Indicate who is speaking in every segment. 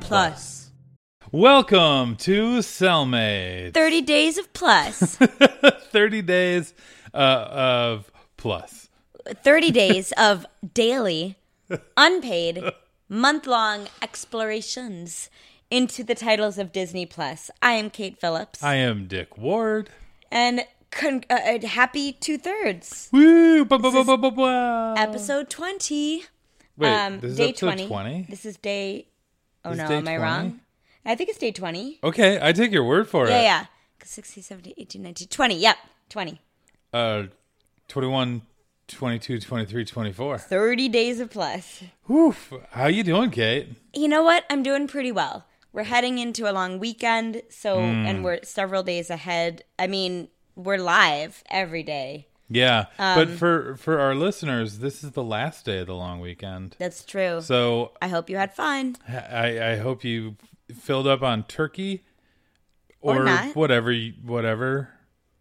Speaker 1: Plus.
Speaker 2: Welcome to Cellmates.
Speaker 1: 30 Days of Plus.
Speaker 2: 30 days uh, of plus.
Speaker 1: 30 days of daily, unpaid, month long explorations into the titles of Disney Plus. I am Kate Phillips.
Speaker 2: I am Dick Ward.
Speaker 1: and con- uh, uh, happy two thirds.
Speaker 2: Woo! Ba, ba, ba, ba, ba, ba.
Speaker 1: Episode 20.
Speaker 2: Oh. Wait, this is episode 20?
Speaker 1: um, This is day. Oh
Speaker 2: This is
Speaker 1: no,
Speaker 2: day
Speaker 1: am I
Speaker 2: 20?
Speaker 1: wrong? I think it's day 20.
Speaker 2: Okay, I take your word for
Speaker 1: Yeah,
Speaker 2: it.
Speaker 1: yeah. 'Cause 60, 70, 18, 19, 20. Yep, 20.
Speaker 2: Uh, 21, 22, 23, 24.
Speaker 1: 30 days of plus.
Speaker 2: Woof. How you doing, Kate?
Speaker 1: You know what? I'm doing pretty well. We're heading into a long weekend, so
Speaker 2: Hmm.
Speaker 1: and we're several days ahead. I mean, we're live every day.
Speaker 2: Yeah, but
Speaker 1: Um,
Speaker 2: for for our listeners, this is the last day of the long weekend.
Speaker 1: That's true.
Speaker 2: So
Speaker 1: I hope you had fun.
Speaker 2: I, I hope you filled up on turkey
Speaker 1: Or
Speaker 2: or,
Speaker 1: not.
Speaker 2: whatever you, whatever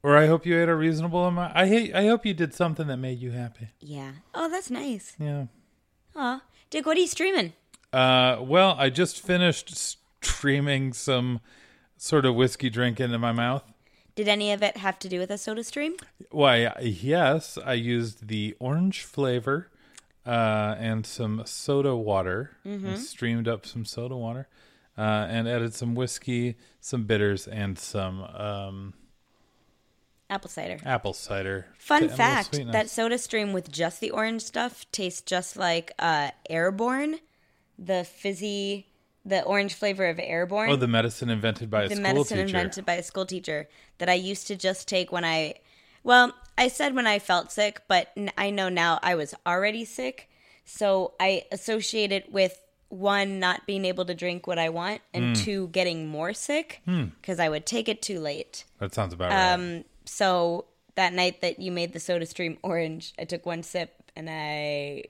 Speaker 2: or I hope you had a reasonable amount. I hate, I hope you did something that made you happy.
Speaker 1: Yeah. Oh, that's nice.
Speaker 2: Yeah.
Speaker 1: Aw. Dick, what are you streaming?
Speaker 2: Uh well, I just finished streaming some sort of whiskey drink into my mouth.
Speaker 1: Did any of it have to do with a soda stream?
Speaker 2: Why, yes, I used the orange flavor uh, and some soda water. I streamed up some soda water uh, and added some whiskey, some bitters, and some um,
Speaker 1: Apple cider.
Speaker 2: apple cider. to
Speaker 1: Fun
Speaker 2: add a little
Speaker 1: fact
Speaker 2: sweetness.
Speaker 1: that soda stream with just the orange stuff tastes just like uh, Airborne, the fizzy, the orange flavor of Airborne.
Speaker 2: oh, the medicine invented by a
Speaker 1: the
Speaker 2: school
Speaker 1: medicine
Speaker 2: teacher.
Speaker 1: invented by a school teacher that I used to just take when I, well, I said when I felt sick, but n- I know now I was already sick. So I associate it with one, not being able to drink what I want, and
Speaker 2: Hmm.
Speaker 1: two, getting more sick because I would take it too late.
Speaker 2: that sounds about right.
Speaker 1: Um, so that night that you made the soda stream orange, I took one sip and I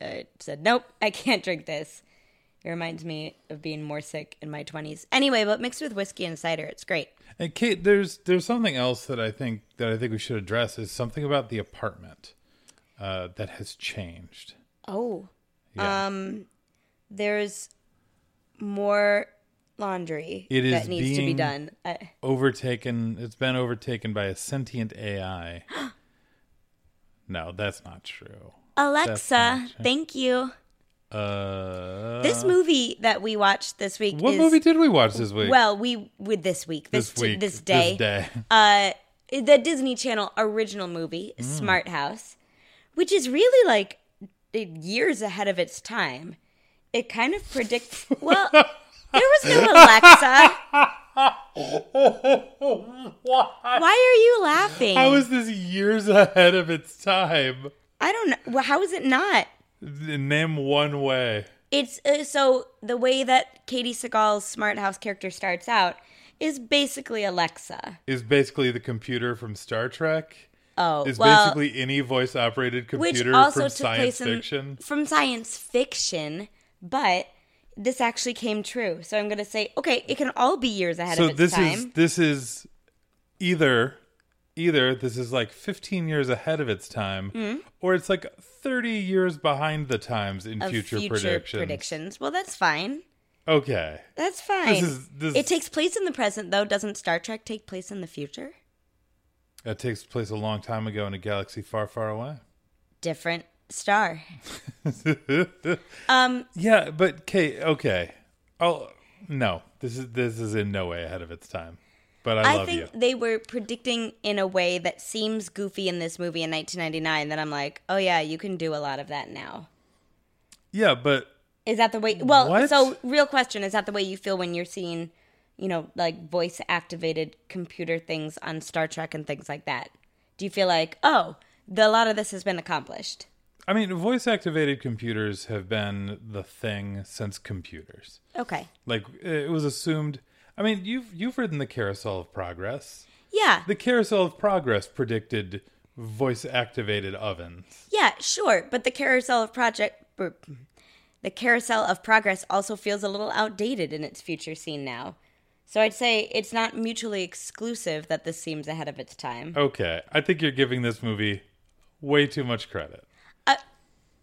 Speaker 1: uh, said, "Nope, I can't drink this." It reminds me of being more sick in my twenties. Anyway, but mixed with whiskey and cider, it's great.
Speaker 2: And Kate, there's there's something else that I think that I think we should address is something about the apartment uh, that has changed.
Speaker 1: Oh,
Speaker 2: Yeah.
Speaker 1: there's more laundry
Speaker 2: It is
Speaker 1: that needs to be
Speaker 2: being-
Speaker 1: done. I,
Speaker 2: overtaken it's been overtaken by a sentient AI. no, that's not true.
Speaker 1: Alexa, thank you.
Speaker 2: Uh
Speaker 1: This movie that we watched this week.
Speaker 2: What
Speaker 1: is-
Speaker 2: movie did we watch this week?
Speaker 1: Well, we with this week, this
Speaker 2: this
Speaker 1: t-
Speaker 2: week.
Speaker 1: this day,
Speaker 2: This day.
Speaker 1: uh, the Disney Channel original movie,
Speaker 2: Mm.
Speaker 1: Smart House, which is really like uh, years ahead of its time. It kind of predicts. Well, there was no Alexa. Why are you laughing?
Speaker 2: How is this years ahead of its time?
Speaker 1: I don't know. Well, how is it not?
Speaker 2: Name one way.
Speaker 1: It's uh, so the way that Katie Seagal's Smart House character starts out is basically Alexa.
Speaker 2: Is basically the computer from Star Trek.
Speaker 1: Oh,
Speaker 2: Is
Speaker 1: well,
Speaker 2: basically any voice operated
Speaker 1: which
Speaker 2: computer
Speaker 1: also
Speaker 2: from
Speaker 1: took
Speaker 2: science
Speaker 1: place in,
Speaker 2: fiction.
Speaker 1: from science fiction, but this actually came true. So I'm going to say, okay, it can all be years ahead
Speaker 2: so
Speaker 1: of its
Speaker 2: this
Speaker 1: time.
Speaker 2: is this is either either this is like 15 years ahead of its time
Speaker 1: Hmm?
Speaker 2: or it's like 30 years behind the times in
Speaker 1: of
Speaker 2: future, predictions.
Speaker 1: Well, that's fine.
Speaker 2: okay
Speaker 1: That's fine.
Speaker 2: is- this-
Speaker 1: it takes place in the present, though. Doesn't Star Trek take place in the future?
Speaker 2: that takes place a long time ago in a galaxy far far away
Speaker 1: Different star. Um,
Speaker 2: yeah but kate okay oh no this is this is in no way ahead of its time but i,
Speaker 1: I,
Speaker 2: love
Speaker 1: think
Speaker 2: you
Speaker 1: they were predicting in a way that seems goofy in this movie in 1999 that I'm like, oh yeah, you can do a lot of that now.
Speaker 2: yeah but
Speaker 1: Is that the way? Well,
Speaker 2: What?
Speaker 1: so real question is that the way you feel when you're seeing, you know, like voice activated computer things on Star Trek and things like that? Do you feel like, oh, the, a lot of this has been accomplished?
Speaker 2: i mean voice activated computers have been the thing since computers
Speaker 1: Okay.
Speaker 2: Like it was assumed. I mean, you've you've ridden the carousel of progress.
Speaker 1: Yeah.
Speaker 2: The carousel of progress predicted voice activated ovens.
Speaker 1: Yeah, sure, but the carousel of project er, the carousel of progress also feels a little outdated in its future scene now. So I'd say it's not mutually exclusive that this seems ahead of its time.
Speaker 2: Okay, I think you're giving this movie way too much credit.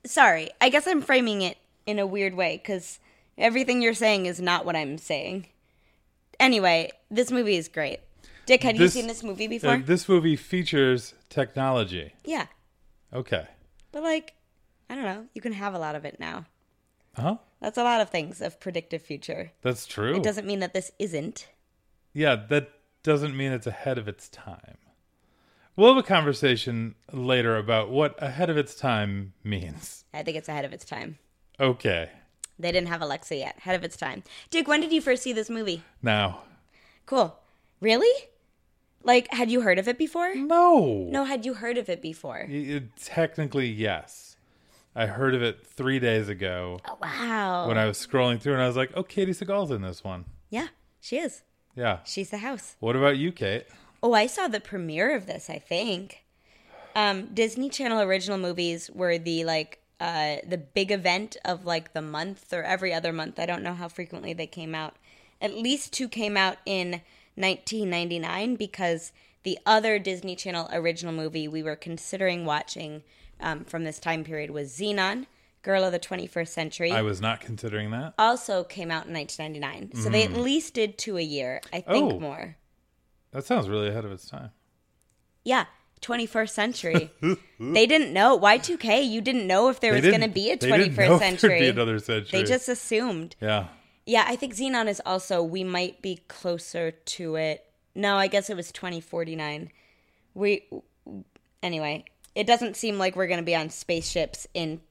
Speaker 1: Sorry, I guess I'm framing it in a weird way cuz Everything you're saying is not what I'm saying. Anyway, this movie is great. Dick, had
Speaker 2: This-
Speaker 1: you seen this movie before?
Speaker 2: Uh, this movie features technology.
Speaker 1: yeah.
Speaker 2: Okay.
Speaker 1: But like, I don't know. You can have a lot of it now.
Speaker 2: Huh?
Speaker 1: That's a lot of things of predictive future.
Speaker 2: That's true.
Speaker 1: It doesn't mean that this isn't.
Speaker 2: yeah, that doesn't mean it's ahead of its time. We'll have a conversation later about what ahead of its time means.
Speaker 1: I think it's ahead of its time.
Speaker 2: Okay.
Speaker 1: They didn't have Alexa yet. Ahead of its time. Dick, when did you first see this movie?
Speaker 2: Now,
Speaker 1: Cool. Really? Like, had you heard of it before?
Speaker 2: no.
Speaker 1: No, had you heard of it before?
Speaker 2: Y- y- technically, yes. I heard of it three days ago
Speaker 1: Oh, wow.
Speaker 2: when I was scrolling through, and I was like, "Oh, Katie Seagal's in this one."
Speaker 1: yeah, she is.
Speaker 2: Yeah.
Speaker 1: She's the house.
Speaker 2: What about you, Kate?
Speaker 1: Oh, I saw the premiere of this, I think. Um, Disney Channel original movies were the like uh, the big event of like the month or every other month. I don't know how frequently they came out. At least two came out in 1999 because the other Disney Channel original movie we were considering watching um, from this time period was Xenon, Girl of the 21st Century.
Speaker 2: I was not considering that.
Speaker 1: also came out in 1999. So they at least did two a year, I think
Speaker 2: Mm. Oh.
Speaker 1: more.
Speaker 2: That sounds really ahead of its time.
Speaker 1: Yeah, 21st century. they didn't know Y2K. You didn't know if there was
Speaker 2: They
Speaker 1: going to
Speaker 2: didn't-
Speaker 1: be a
Speaker 2: they didn't
Speaker 1: 21st
Speaker 2: know if there'd
Speaker 1: century.
Speaker 2: Be another century.
Speaker 1: They just assumed.
Speaker 2: yeah.
Speaker 1: Yeah, I think Xenon is also we might be closer to it. No, I guess it was 2049. We anyway, it doesn't seem like we're going to be on spaceships in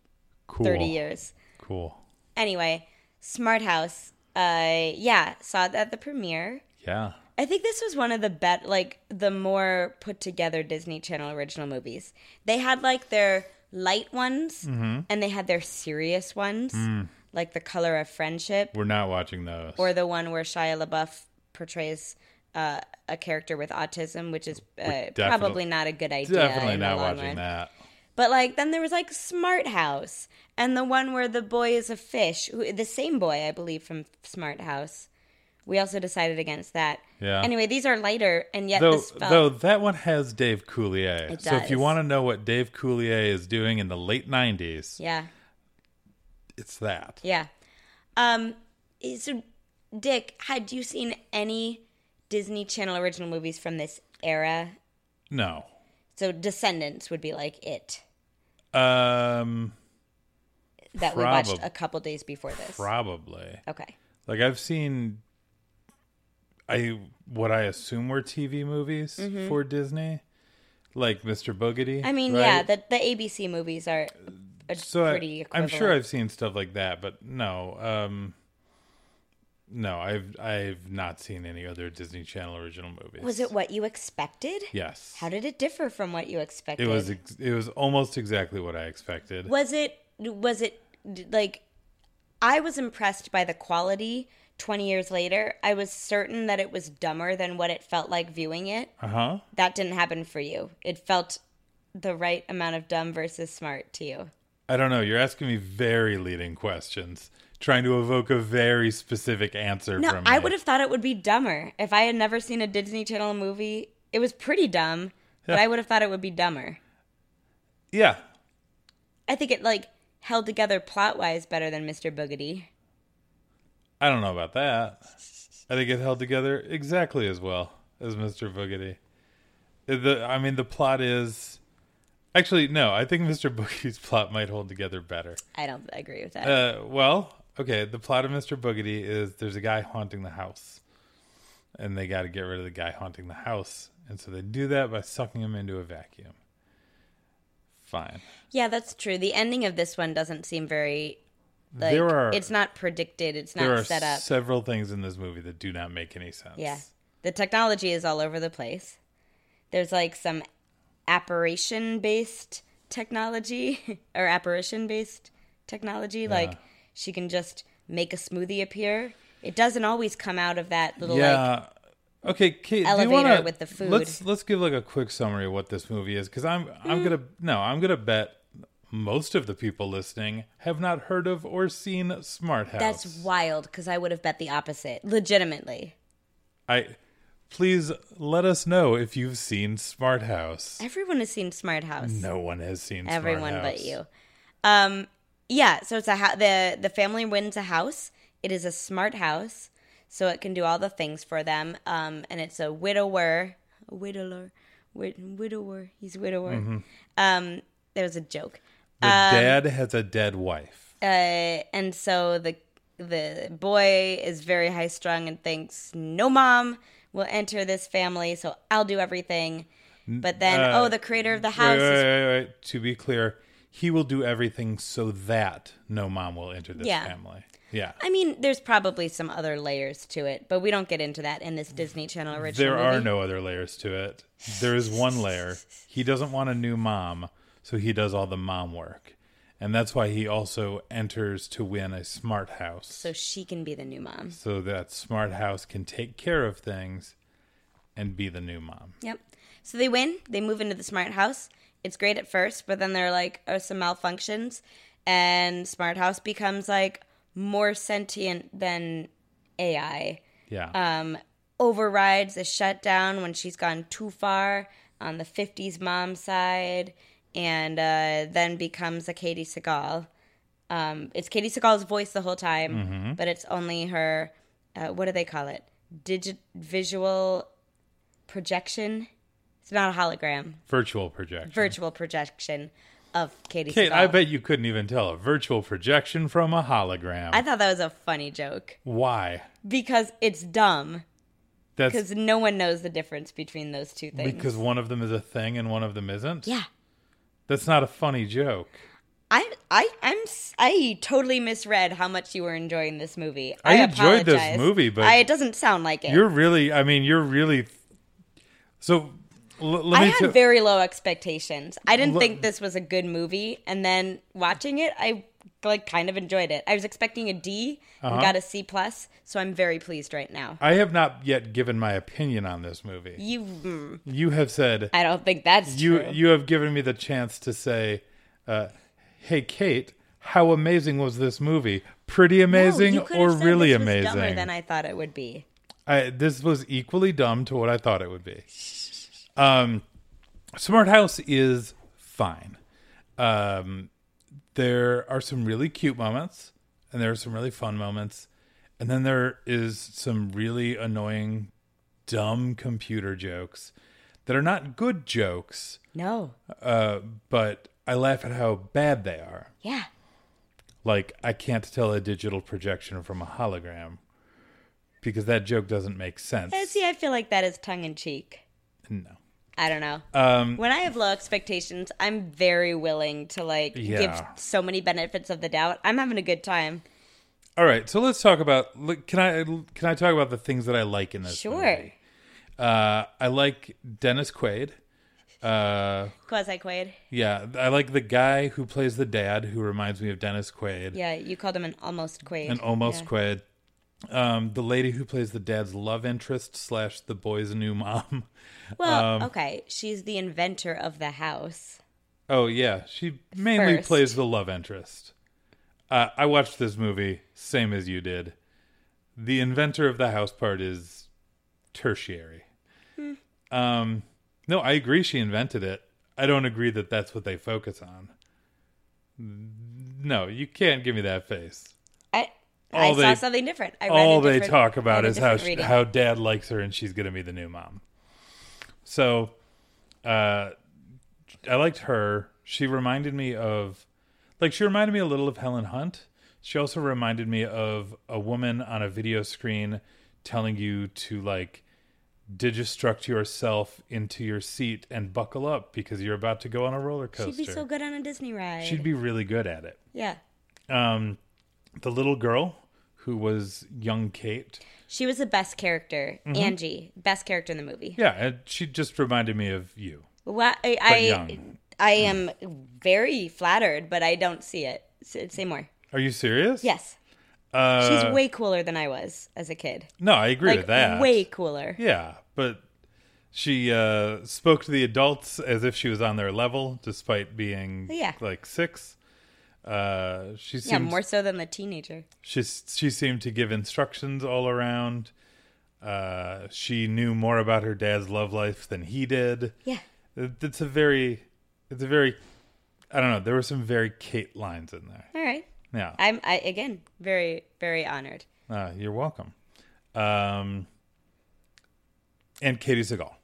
Speaker 2: Cool.
Speaker 1: 30 years.
Speaker 2: Cool.
Speaker 1: Anyway, Smart House. Uh yeah, saw it at the premiere.
Speaker 2: Yeah.
Speaker 1: I think this was one of the bet like the more put together Disney Channel original movies. They had like their light ones
Speaker 2: Mm-hmm.
Speaker 1: and they had their serious ones,
Speaker 2: Mm.
Speaker 1: like The Color of Friendship
Speaker 2: We're not watching those.
Speaker 1: or the one where Shia LaBeouf portrays uh, a character with autism, which is uh,
Speaker 2: definite-
Speaker 1: probably not a good idea.
Speaker 2: Definitely
Speaker 1: in the
Speaker 2: not
Speaker 1: long
Speaker 2: watching
Speaker 1: run.
Speaker 2: that.
Speaker 1: But like then there was like Smart House and the one where the boy is a fish, who, the same boy I believe from Smart House. We also decided against that.
Speaker 2: Yeah.
Speaker 1: Anyway, these are lighter and yet
Speaker 2: Though,
Speaker 1: this felt
Speaker 2: though that one has Dave Coulier.
Speaker 1: It
Speaker 2: So if you
Speaker 1: does.
Speaker 2: want to know what Dave Coulier is doing in the late '90s,
Speaker 1: yeah
Speaker 2: it's that.
Speaker 1: yeah. Um, so Dick, had you seen any Disney Channel original movies from this era?
Speaker 2: No.
Speaker 1: So Descendants would be like it
Speaker 2: Um.
Speaker 1: that we watched
Speaker 2: Probab-
Speaker 1: a couple days before this.
Speaker 2: Probably.
Speaker 1: okay.
Speaker 2: Like I've seen I what I assume were TV movies for Disney, like Mr. Boogedy.
Speaker 1: Mm-hmm. I mean,
Speaker 2: right?
Speaker 1: yeah, the the ABC movies are a
Speaker 2: so
Speaker 1: pretty
Speaker 2: I, I'm
Speaker 1: equivalent.
Speaker 2: sure I've seen stuff like that, but no, um, no, I've I've not seen any other Disney Channel original movies.
Speaker 1: Was it what you expected?
Speaker 2: Yes,
Speaker 1: How did it differ from what you expected?
Speaker 2: it was ex- it was almost exactly what I expected.
Speaker 1: Was it? Was it d- like? I was impressed by the quality. Twenty years later, I was certain that it was dumber than what it felt like viewing it.
Speaker 2: Uh huh.
Speaker 1: That didn't happen for you. It felt the right amount of dumb versus smart to you.
Speaker 2: I don't know. You're asking me very leading questions, trying to evoke a very specific answer
Speaker 1: No,
Speaker 2: from
Speaker 1: I
Speaker 2: me.
Speaker 1: would have thought it would be dumber if I had never seen a Disney Channel movie. It was pretty dumb, but I would have thought it would be dumber.
Speaker 2: Yeah,
Speaker 1: I think it like held together plot wise better than Mr. Boogedy.
Speaker 2: I don't know about that. I think it held together exactly as well as Mr. Boogedy. The, I mean, the plot is actually no. I think Mr. Boogedy's plot might hold together better.
Speaker 1: I don't agree with that.
Speaker 2: Uh, well, okay. The plot of Mr. Boogedy is there's a guy haunting the house, and they got to get rid of the guy haunting the house, and so they do that by sucking him into a vacuum. Fine.
Speaker 1: yeah, that's true. The ending of this one doesn't seem very like
Speaker 2: there are
Speaker 1: it's not predicted, it's
Speaker 2: there
Speaker 1: not
Speaker 2: are
Speaker 1: set up.
Speaker 2: several things in this movie that do not make any sense.
Speaker 1: yeah. The technology is all over the place. There's like some apparition based technology or apparition based technology like she can just make a smoothie appear. It doesn't always come out of that little like
Speaker 2: yeah. okay, Kate, do you
Speaker 1: elevator
Speaker 2: wanna,
Speaker 1: with the food.
Speaker 2: Let's let's give like a quick summary of what this movie is because I'm I'm
Speaker 1: Mm.
Speaker 2: gonna no I'm gonna bet most of the people listening have not heard of or seen Smart House.
Speaker 1: that's wild because I would have bet the opposite, legitimately.
Speaker 2: I please let us know if you've seen Smart House.
Speaker 1: Everyone has seen Smart House.
Speaker 2: No one has seen Smart
Speaker 1: Everyone
Speaker 2: House.
Speaker 1: but you. Um, yeah. So it's a ha- the the family wins a house It is a smart house, so it can do all the things for them. Um, and it's a widower, a widower, wid- widower. He's widower.
Speaker 2: Mm-hmm.
Speaker 1: Um, there was a joke,
Speaker 2: The
Speaker 1: Um,
Speaker 2: dad has a dead wife.
Speaker 1: uh, and so the the boy is very high strung and thinks no mom will enter this family, so I'll do everything. But then,
Speaker 2: uh,
Speaker 1: oh, the creator of the
Speaker 2: Wait,
Speaker 1: house
Speaker 2: wait,
Speaker 1: is
Speaker 2: wait, wait. To be clear, he will do everything so that no mom will enter this
Speaker 1: Yeah.
Speaker 2: family. Yeah.
Speaker 1: I mean, there's probably some other layers to it, but we don't get into that in this Disney Channel original.
Speaker 2: There are
Speaker 1: movie.
Speaker 2: no other layers to it. There is one layer. He doesn't want a new mom, so he does all the mom work. And that's why he also enters to win a smart house.
Speaker 1: So she can be the new mom.
Speaker 2: so that smart house can take care of things and be the new mom.
Speaker 1: Yep. So they win. They move into the smart house. It's great at first, but then there are like are some malfunctions, and smart house becomes like more sentient than AI.
Speaker 2: Yeah.
Speaker 1: Um, overrides a shutdown when she's gone too far on the '50s mom side, and uh, then becomes a Katie Seagal. Um, it's Katie Seagal's voice the whole time,
Speaker 2: Mm-hmm.
Speaker 1: but it's only her. Uh, what do they call it? Digit visual projection. It's not a hologram.
Speaker 2: virtual projection.
Speaker 1: Virtual projection of Katie.
Speaker 2: Kate,
Speaker 1: Seagal.
Speaker 2: I bet you couldn't even tell a virtual projection from a hologram.
Speaker 1: I thought that was a funny joke
Speaker 2: why?
Speaker 1: because it's dumb.
Speaker 2: That's
Speaker 1: Because no one knows the difference between those two things.
Speaker 2: because one of them is a thing and one of them isn't.
Speaker 1: yeah,
Speaker 2: That's not a funny joke.
Speaker 1: I I I'm s- I totally misread how much you were enjoying this movie.
Speaker 2: I enjoyed this
Speaker 1: apologize.
Speaker 2: movie, but
Speaker 1: I, it doesn't sound like it.
Speaker 2: You're really, I mean, you're really. So l- let
Speaker 1: I
Speaker 2: me
Speaker 1: had
Speaker 2: tell-
Speaker 1: very low expectations. I didn't
Speaker 2: Lo-
Speaker 1: think this was a good movie, and then watching it, I like kind of enjoyed it. I was expecting a D and
Speaker 2: Uh-huh.
Speaker 1: got a C plus, so I'm very pleased right now.
Speaker 2: I have not yet given my opinion on this movie.
Speaker 1: You, mm,
Speaker 2: You have said
Speaker 1: I don't think that's
Speaker 2: you
Speaker 1: true.
Speaker 2: you have given me the chance to say, uh, "Hey, Kate, how amazing was this movie?
Speaker 1: No,
Speaker 2: Pretty
Speaker 1: you
Speaker 2: amazing
Speaker 1: could have
Speaker 2: or
Speaker 1: said
Speaker 2: really
Speaker 1: this was
Speaker 2: amazing?"
Speaker 1: Dumber than I thought it would be.
Speaker 2: I, this was equally dumb to what I thought it would be. Um, Smart House is fine. Um, there are some really cute moments, and there are some really fun moments, and then there is some really annoying, dumb computer jokes that are not good jokes,
Speaker 1: No,
Speaker 2: uh, but I laugh at how bad they are
Speaker 1: yeah,
Speaker 2: like I can't tell a digital projection from a hologram because that joke doesn't make sense.
Speaker 1: Uh, see, I feel like that is tongue in cheek.
Speaker 2: No.
Speaker 1: I don't know.
Speaker 2: Um
Speaker 1: when I have low expectations, I'm very willing to like give
Speaker 2: Yeah.
Speaker 1: so many benefits of the doubt. I'm having a good time.
Speaker 2: all right, so let's talk about look, can I can I talk about the things that I like in this
Speaker 1: Sure.
Speaker 2: movie? Uh I like Dennis Quaid. Uh
Speaker 1: Quasi Quaid.
Speaker 2: yeah, I like the guy who plays the dad who reminds me of Dennis Quaid.
Speaker 1: Yeah, you called him an almost Quaid.
Speaker 2: And almost
Speaker 1: Yeah.
Speaker 2: Quaid. Um the lady who plays the dad's love interest slash the boy's new mom.
Speaker 1: Well,
Speaker 2: um,
Speaker 1: okay. She's the inventor of the house.
Speaker 2: Oh yeah, she mainly
Speaker 1: First.
Speaker 2: plays the love interest. Uh, I watched this movie same as you did. The inventor of the house part is tertiary. Um, no, I agree. She invented it. I don't agree that that's what they focus on. No, you can't give me that face.
Speaker 1: I I
Speaker 2: All
Speaker 1: saw
Speaker 2: they-
Speaker 1: something different. I read
Speaker 2: All
Speaker 1: a
Speaker 2: they
Speaker 1: different-
Speaker 2: talk
Speaker 1: I
Speaker 2: about
Speaker 1: had a
Speaker 2: is how
Speaker 1: different
Speaker 2: she,
Speaker 1: reading.
Speaker 2: how dad likes her and she's going to be the new mom. So, uh, I liked her. She reminded me of, like, she reminded me a little of Helen Hunt. She also reminded me of a woman on a video screen telling you to like digistruct yourself into your seat and buckle up because you're about to go on a roller coaster.
Speaker 1: She'd be so good on a Disney ride.
Speaker 2: She'd be really good at it.
Speaker 1: yeah.
Speaker 2: Um, the little girl who was young Kate.
Speaker 1: She was the best character,
Speaker 2: Mm-hmm.
Speaker 1: Angie, best character in the movie.
Speaker 2: Yeah, and she just reminded me of you.
Speaker 1: Well, I I,
Speaker 2: young. Mm.
Speaker 1: I am very flattered, but I don't see it. S- Say more.
Speaker 2: Are you serious?
Speaker 1: Yes,
Speaker 2: Uh,
Speaker 1: she's way cooler than I was as a kid.
Speaker 2: no, I agree
Speaker 1: Like
Speaker 2: with that.
Speaker 1: way cooler.
Speaker 2: Yeah, but she uh, spoke to the adults as if she was on their level, despite being
Speaker 1: Yeah.
Speaker 2: like six. Uh, she
Speaker 1: Yeah,
Speaker 2: seemed
Speaker 1: more so than the teenager.
Speaker 2: she she seemed to give instructions all around. Uh, she knew more about her dad's love life than he did.
Speaker 1: Yeah,
Speaker 2: It- It's a very, it's a very, I don't know. There were some very Kate lines in there.
Speaker 1: all right.
Speaker 2: Yeah.
Speaker 1: I'm I again very very honored.
Speaker 2: Uh, you're welcome. Um, and Katie Segal.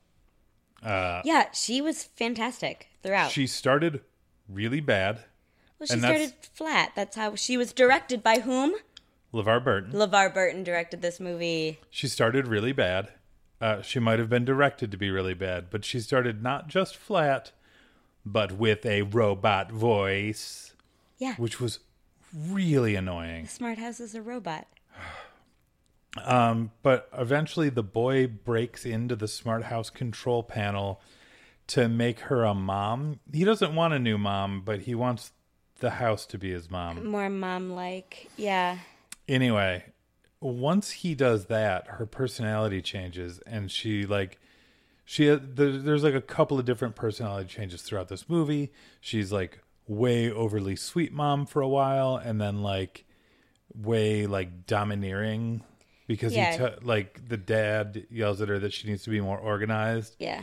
Speaker 1: yeah, she was fantastic throughout.
Speaker 2: Uh, She started really bad.
Speaker 1: well, she
Speaker 2: and that's-
Speaker 1: started flat. That's how she was directed by whom?
Speaker 2: LeVar Burton.
Speaker 1: LeVar Burton directed this movie.
Speaker 2: She started really bad. Uh, she might have been directed to be really bad, but she started not just flat, but with a robot voice,
Speaker 1: Yeah.
Speaker 2: which was really annoying.
Speaker 1: Smart House is a robot.
Speaker 2: Um, But eventually, the boy breaks into the smart house control panel to make her a mom. He doesn't want a new mom, but he wants the house to be his mom.
Speaker 1: More mom like. Yeah.
Speaker 2: anyway once he does that her personality changes and she like she uh, there, there's like a couple of different personality changes throughout this movie she's like way overly sweet mom for a while and then like way like domineering because
Speaker 1: Yeah.
Speaker 2: he t- like the dad yells at her that she needs to be more organized
Speaker 1: Yeah.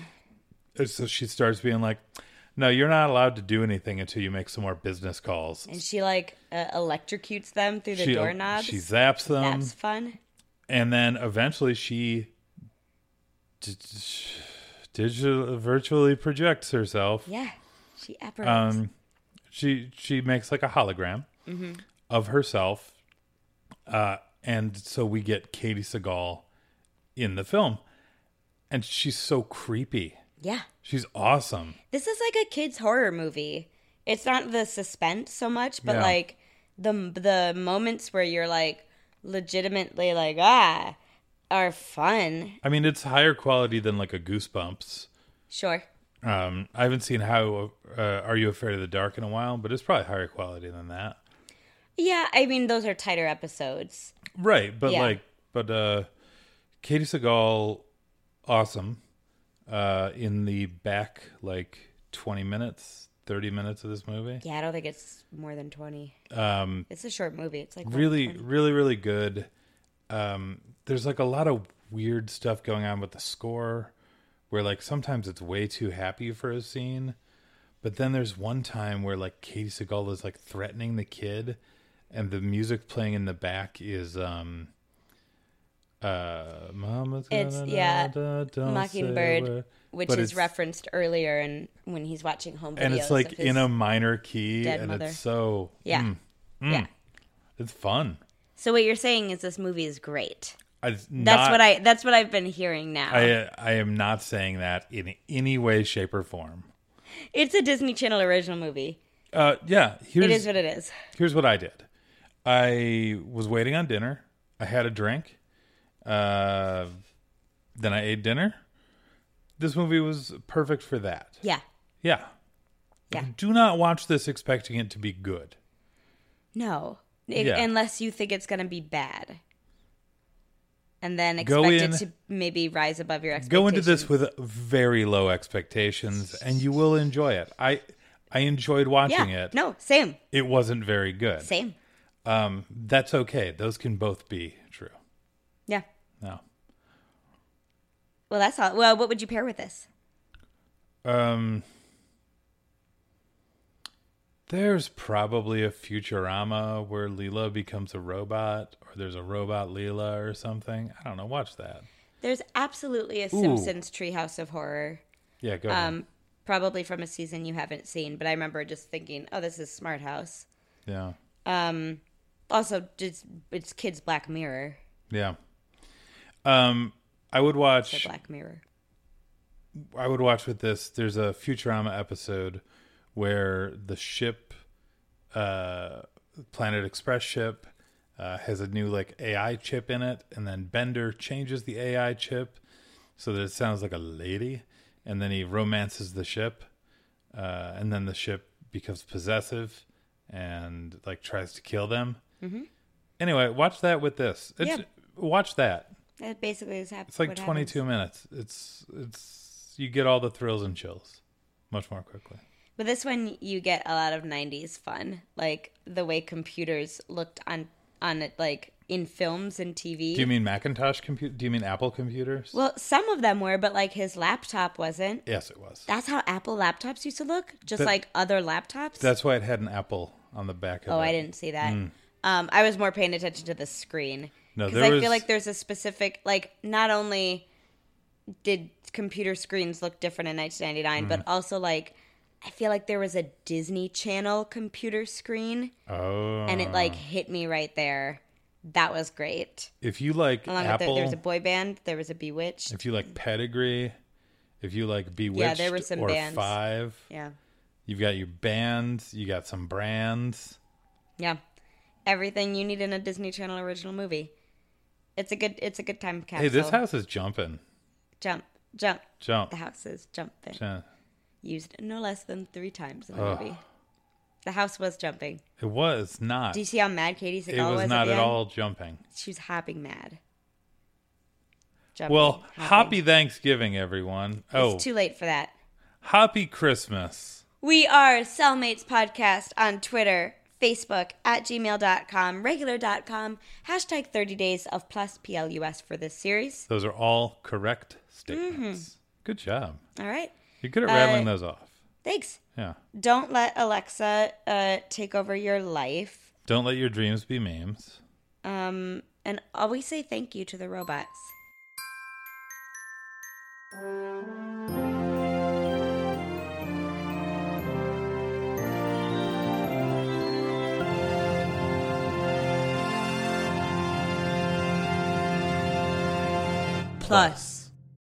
Speaker 2: and so she starts being like no you're not allowed to do anything until you make some more business calls
Speaker 1: And she like uh, electrocutes them through the
Speaker 2: she, oh,
Speaker 1: doorknobs.
Speaker 2: she zaps them
Speaker 1: That's fun.
Speaker 2: and then eventually she d- d- digital virtually projects herself.
Speaker 1: Yeah. She
Speaker 2: Um,
Speaker 1: apparates.
Speaker 2: She she makes like a hologram of herself, uh, and so we get Katie Seagal in the film, and she's so creepy.
Speaker 1: yeah.
Speaker 2: She's awesome.
Speaker 1: This is like a kids horror movie. It's not the suspense so much, but
Speaker 2: Yeah.
Speaker 1: like the the moments where you're like legitimately like ah are fun.
Speaker 2: I mean, it's higher quality than like a Goosebumps.
Speaker 1: Sure.
Speaker 2: Um, I haven't seen how uh, Are You Afraid of the Dark in a while, but it's probably higher quality than that.
Speaker 1: Yeah, I mean those are tighter episodes.
Speaker 2: Right, but
Speaker 1: Yeah.
Speaker 2: like but uh Katie Seagal awesome uh in the back like 20 minutes, 30 minutes of this movie.
Speaker 1: Yeah, I don't think it's more than 20. Um it's a short movie. It's like
Speaker 2: Really really really good. Um there's like a lot of weird stuff going on with the score where like sometimes it's way too happy for a scene. But then there's one time where like Katie Seagal is like threatening the kid and the music playing in the back is um uh Mama's
Speaker 1: It's-
Speaker 2: gonna
Speaker 1: yeah,
Speaker 2: da- don't say a
Speaker 1: Mockingbird,
Speaker 2: word.
Speaker 1: which
Speaker 2: But
Speaker 1: is
Speaker 2: it's-
Speaker 1: referenced earlier and when he's watching home videos
Speaker 2: and it's
Speaker 1: of
Speaker 2: like
Speaker 1: his-
Speaker 2: in a minor key
Speaker 1: dead
Speaker 2: and
Speaker 1: mother.
Speaker 2: it's so
Speaker 1: Yeah.
Speaker 2: mm,
Speaker 1: Yeah.
Speaker 2: it's fun.
Speaker 1: So what you're saying is this movie is great.
Speaker 2: I,
Speaker 1: That's what I that's what I've been hearing now.
Speaker 2: I I am not saying that in any way, shape, or form.
Speaker 1: it's a Disney Channel original movie.
Speaker 2: Uh, yeah. Here's
Speaker 1: It is what it is.
Speaker 2: here's what I did. I was waiting on dinner. I had a drink. Uh, then I ate dinner. This movie was perfect for that.
Speaker 1: Yeah.
Speaker 2: Yeah.
Speaker 1: Yeah.
Speaker 2: Do not watch this expecting it to be good.
Speaker 1: No. It-
Speaker 2: Yeah.
Speaker 1: Unless you think it's going to be bad. And then
Speaker 2: Go
Speaker 1: expect
Speaker 2: in-
Speaker 1: it to maybe rise above your expectations.
Speaker 2: Go into this with very low expectations, and you will enjoy it. I I enjoyed
Speaker 1: yeah.
Speaker 2: watching it.
Speaker 1: No, same.
Speaker 2: It wasn't very good.
Speaker 1: Same.
Speaker 2: Um, that's okay. Those can both be true.
Speaker 1: Yeah.
Speaker 2: No.
Speaker 1: Well, that's all. Well, what would you pair with this?
Speaker 2: Um, there's probably a Futurama where Leela becomes a robot, or there's a robot Leela or something. I don't know. Watch that.
Speaker 1: There's absolutely a Simpsons Treehouse of Horror,
Speaker 2: Yeah, go. ahead.
Speaker 1: um, probably from a season you haven't seen, but I remember just thinking, oh, this is Smart House.
Speaker 2: yeah,
Speaker 1: Also, it's, it's Kids Black Mirror.
Speaker 2: yeah. Um, I would watch.
Speaker 1: Black Mirror.
Speaker 2: I would watch with this. There's a Futurama episode where the ship, uh, Planet Express ship, uh, has a new like AI chip in it, and then Bender changes the AI chip so that it sounds like a lady, and then he romances the ship, uh, and then the ship becomes possessive and like tries to kill them. Mm-hmm. Anyway, watch that with this. It's,
Speaker 1: Yeah.
Speaker 2: Watch that.
Speaker 1: That basically is happening.
Speaker 2: It's like 22 minutes. It's it's you get all the thrills and chills much more quickly.
Speaker 1: But this one, you get a lot of '90s fun, like the way computers looked on on it, like in films and TV.
Speaker 2: Do you mean Macintosh computer? Do you mean Apple computers?
Speaker 1: well, some of them were, but like his laptop wasn't.
Speaker 2: yes, it was.
Speaker 1: That's how Apple laptops used to look, just
Speaker 2: That-
Speaker 1: like other laptops.
Speaker 2: That's why it had an Apple on the back of
Speaker 1: Oh,
Speaker 2: it.
Speaker 1: I didn't see that. Um, I was more paying attention to the screen
Speaker 2: Mm. No,
Speaker 1: because
Speaker 2: there
Speaker 1: I
Speaker 2: was-
Speaker 1: feel like there's a specific like not only did computer screens look different in 1999,
Speaker 2: Mm.
Speaker 1: but also like I feel like there was a Disney Channel computer screen,
Speaker 2: Oh,
Speaker 1: and it like hit me right there. That was great.
Speaker 2: if you like
Speaker 1: Along with
Speaker 2: Apple,
Speaker 1: the, there was a boy band, there was a Bewitched.
Speaker 2: if you like Pedigree, if you like Bewitched,
Speaker 1: there were some
Speaker 2: or
Speaker 1: bands.
Speaker 2: Five,
Speaker 1: Yeah,
Speaker 2: you've got your bands, you got some brands.
Speaker 1: yeah, everything you need in a Disney Channel original movie. It's a good. It's a good time capsule.
Speaker 2: Hey, this house is jumping,
Speaker 1: jump, jump.
Speaker 2: jump.
Speaker 1: The house is jumping.
Speaker 2: Yeah.
Speaker 1: used no less than three times in the movie. The house was jumping.
Speaker 2: It was not.
Speaker 1: Do you see how mad Katie Sagal
Speaker 2: it was
Speaker 1: was
Speaker 2: not
Speaker 1: the
Speaker 2: at
Speaker 1: end?
Speaker 2: all jumping.
Speaker 1: She was hopping mad. Jumping,
Speaker 2: Well,
Speaker 1: hopping.
Speaker 2: happy Thanksgiving, everyone. Oh,
Speaker 1: It's too late for that.
Speaker 2: happy Christmas.
Speaker 1: We are Cellmates Podcast on Twitter, Facebook, at gmail.com, regular.com, hashtag 30 days of plus PLUS for this series.
Speaker 2: Those are all correct statements. Good job.
Speaker 1: All right.
Speaker 2: You're good at rattling those off.
Speaker 1: Thanks.
Speaker 2: Yeah.
Speaker 1: Don't let Alexa uh, take over your life.
Speaker 2: Don't let your dreams be memes.
Speaker 1: Um, and always say thank you to the robots. Plus.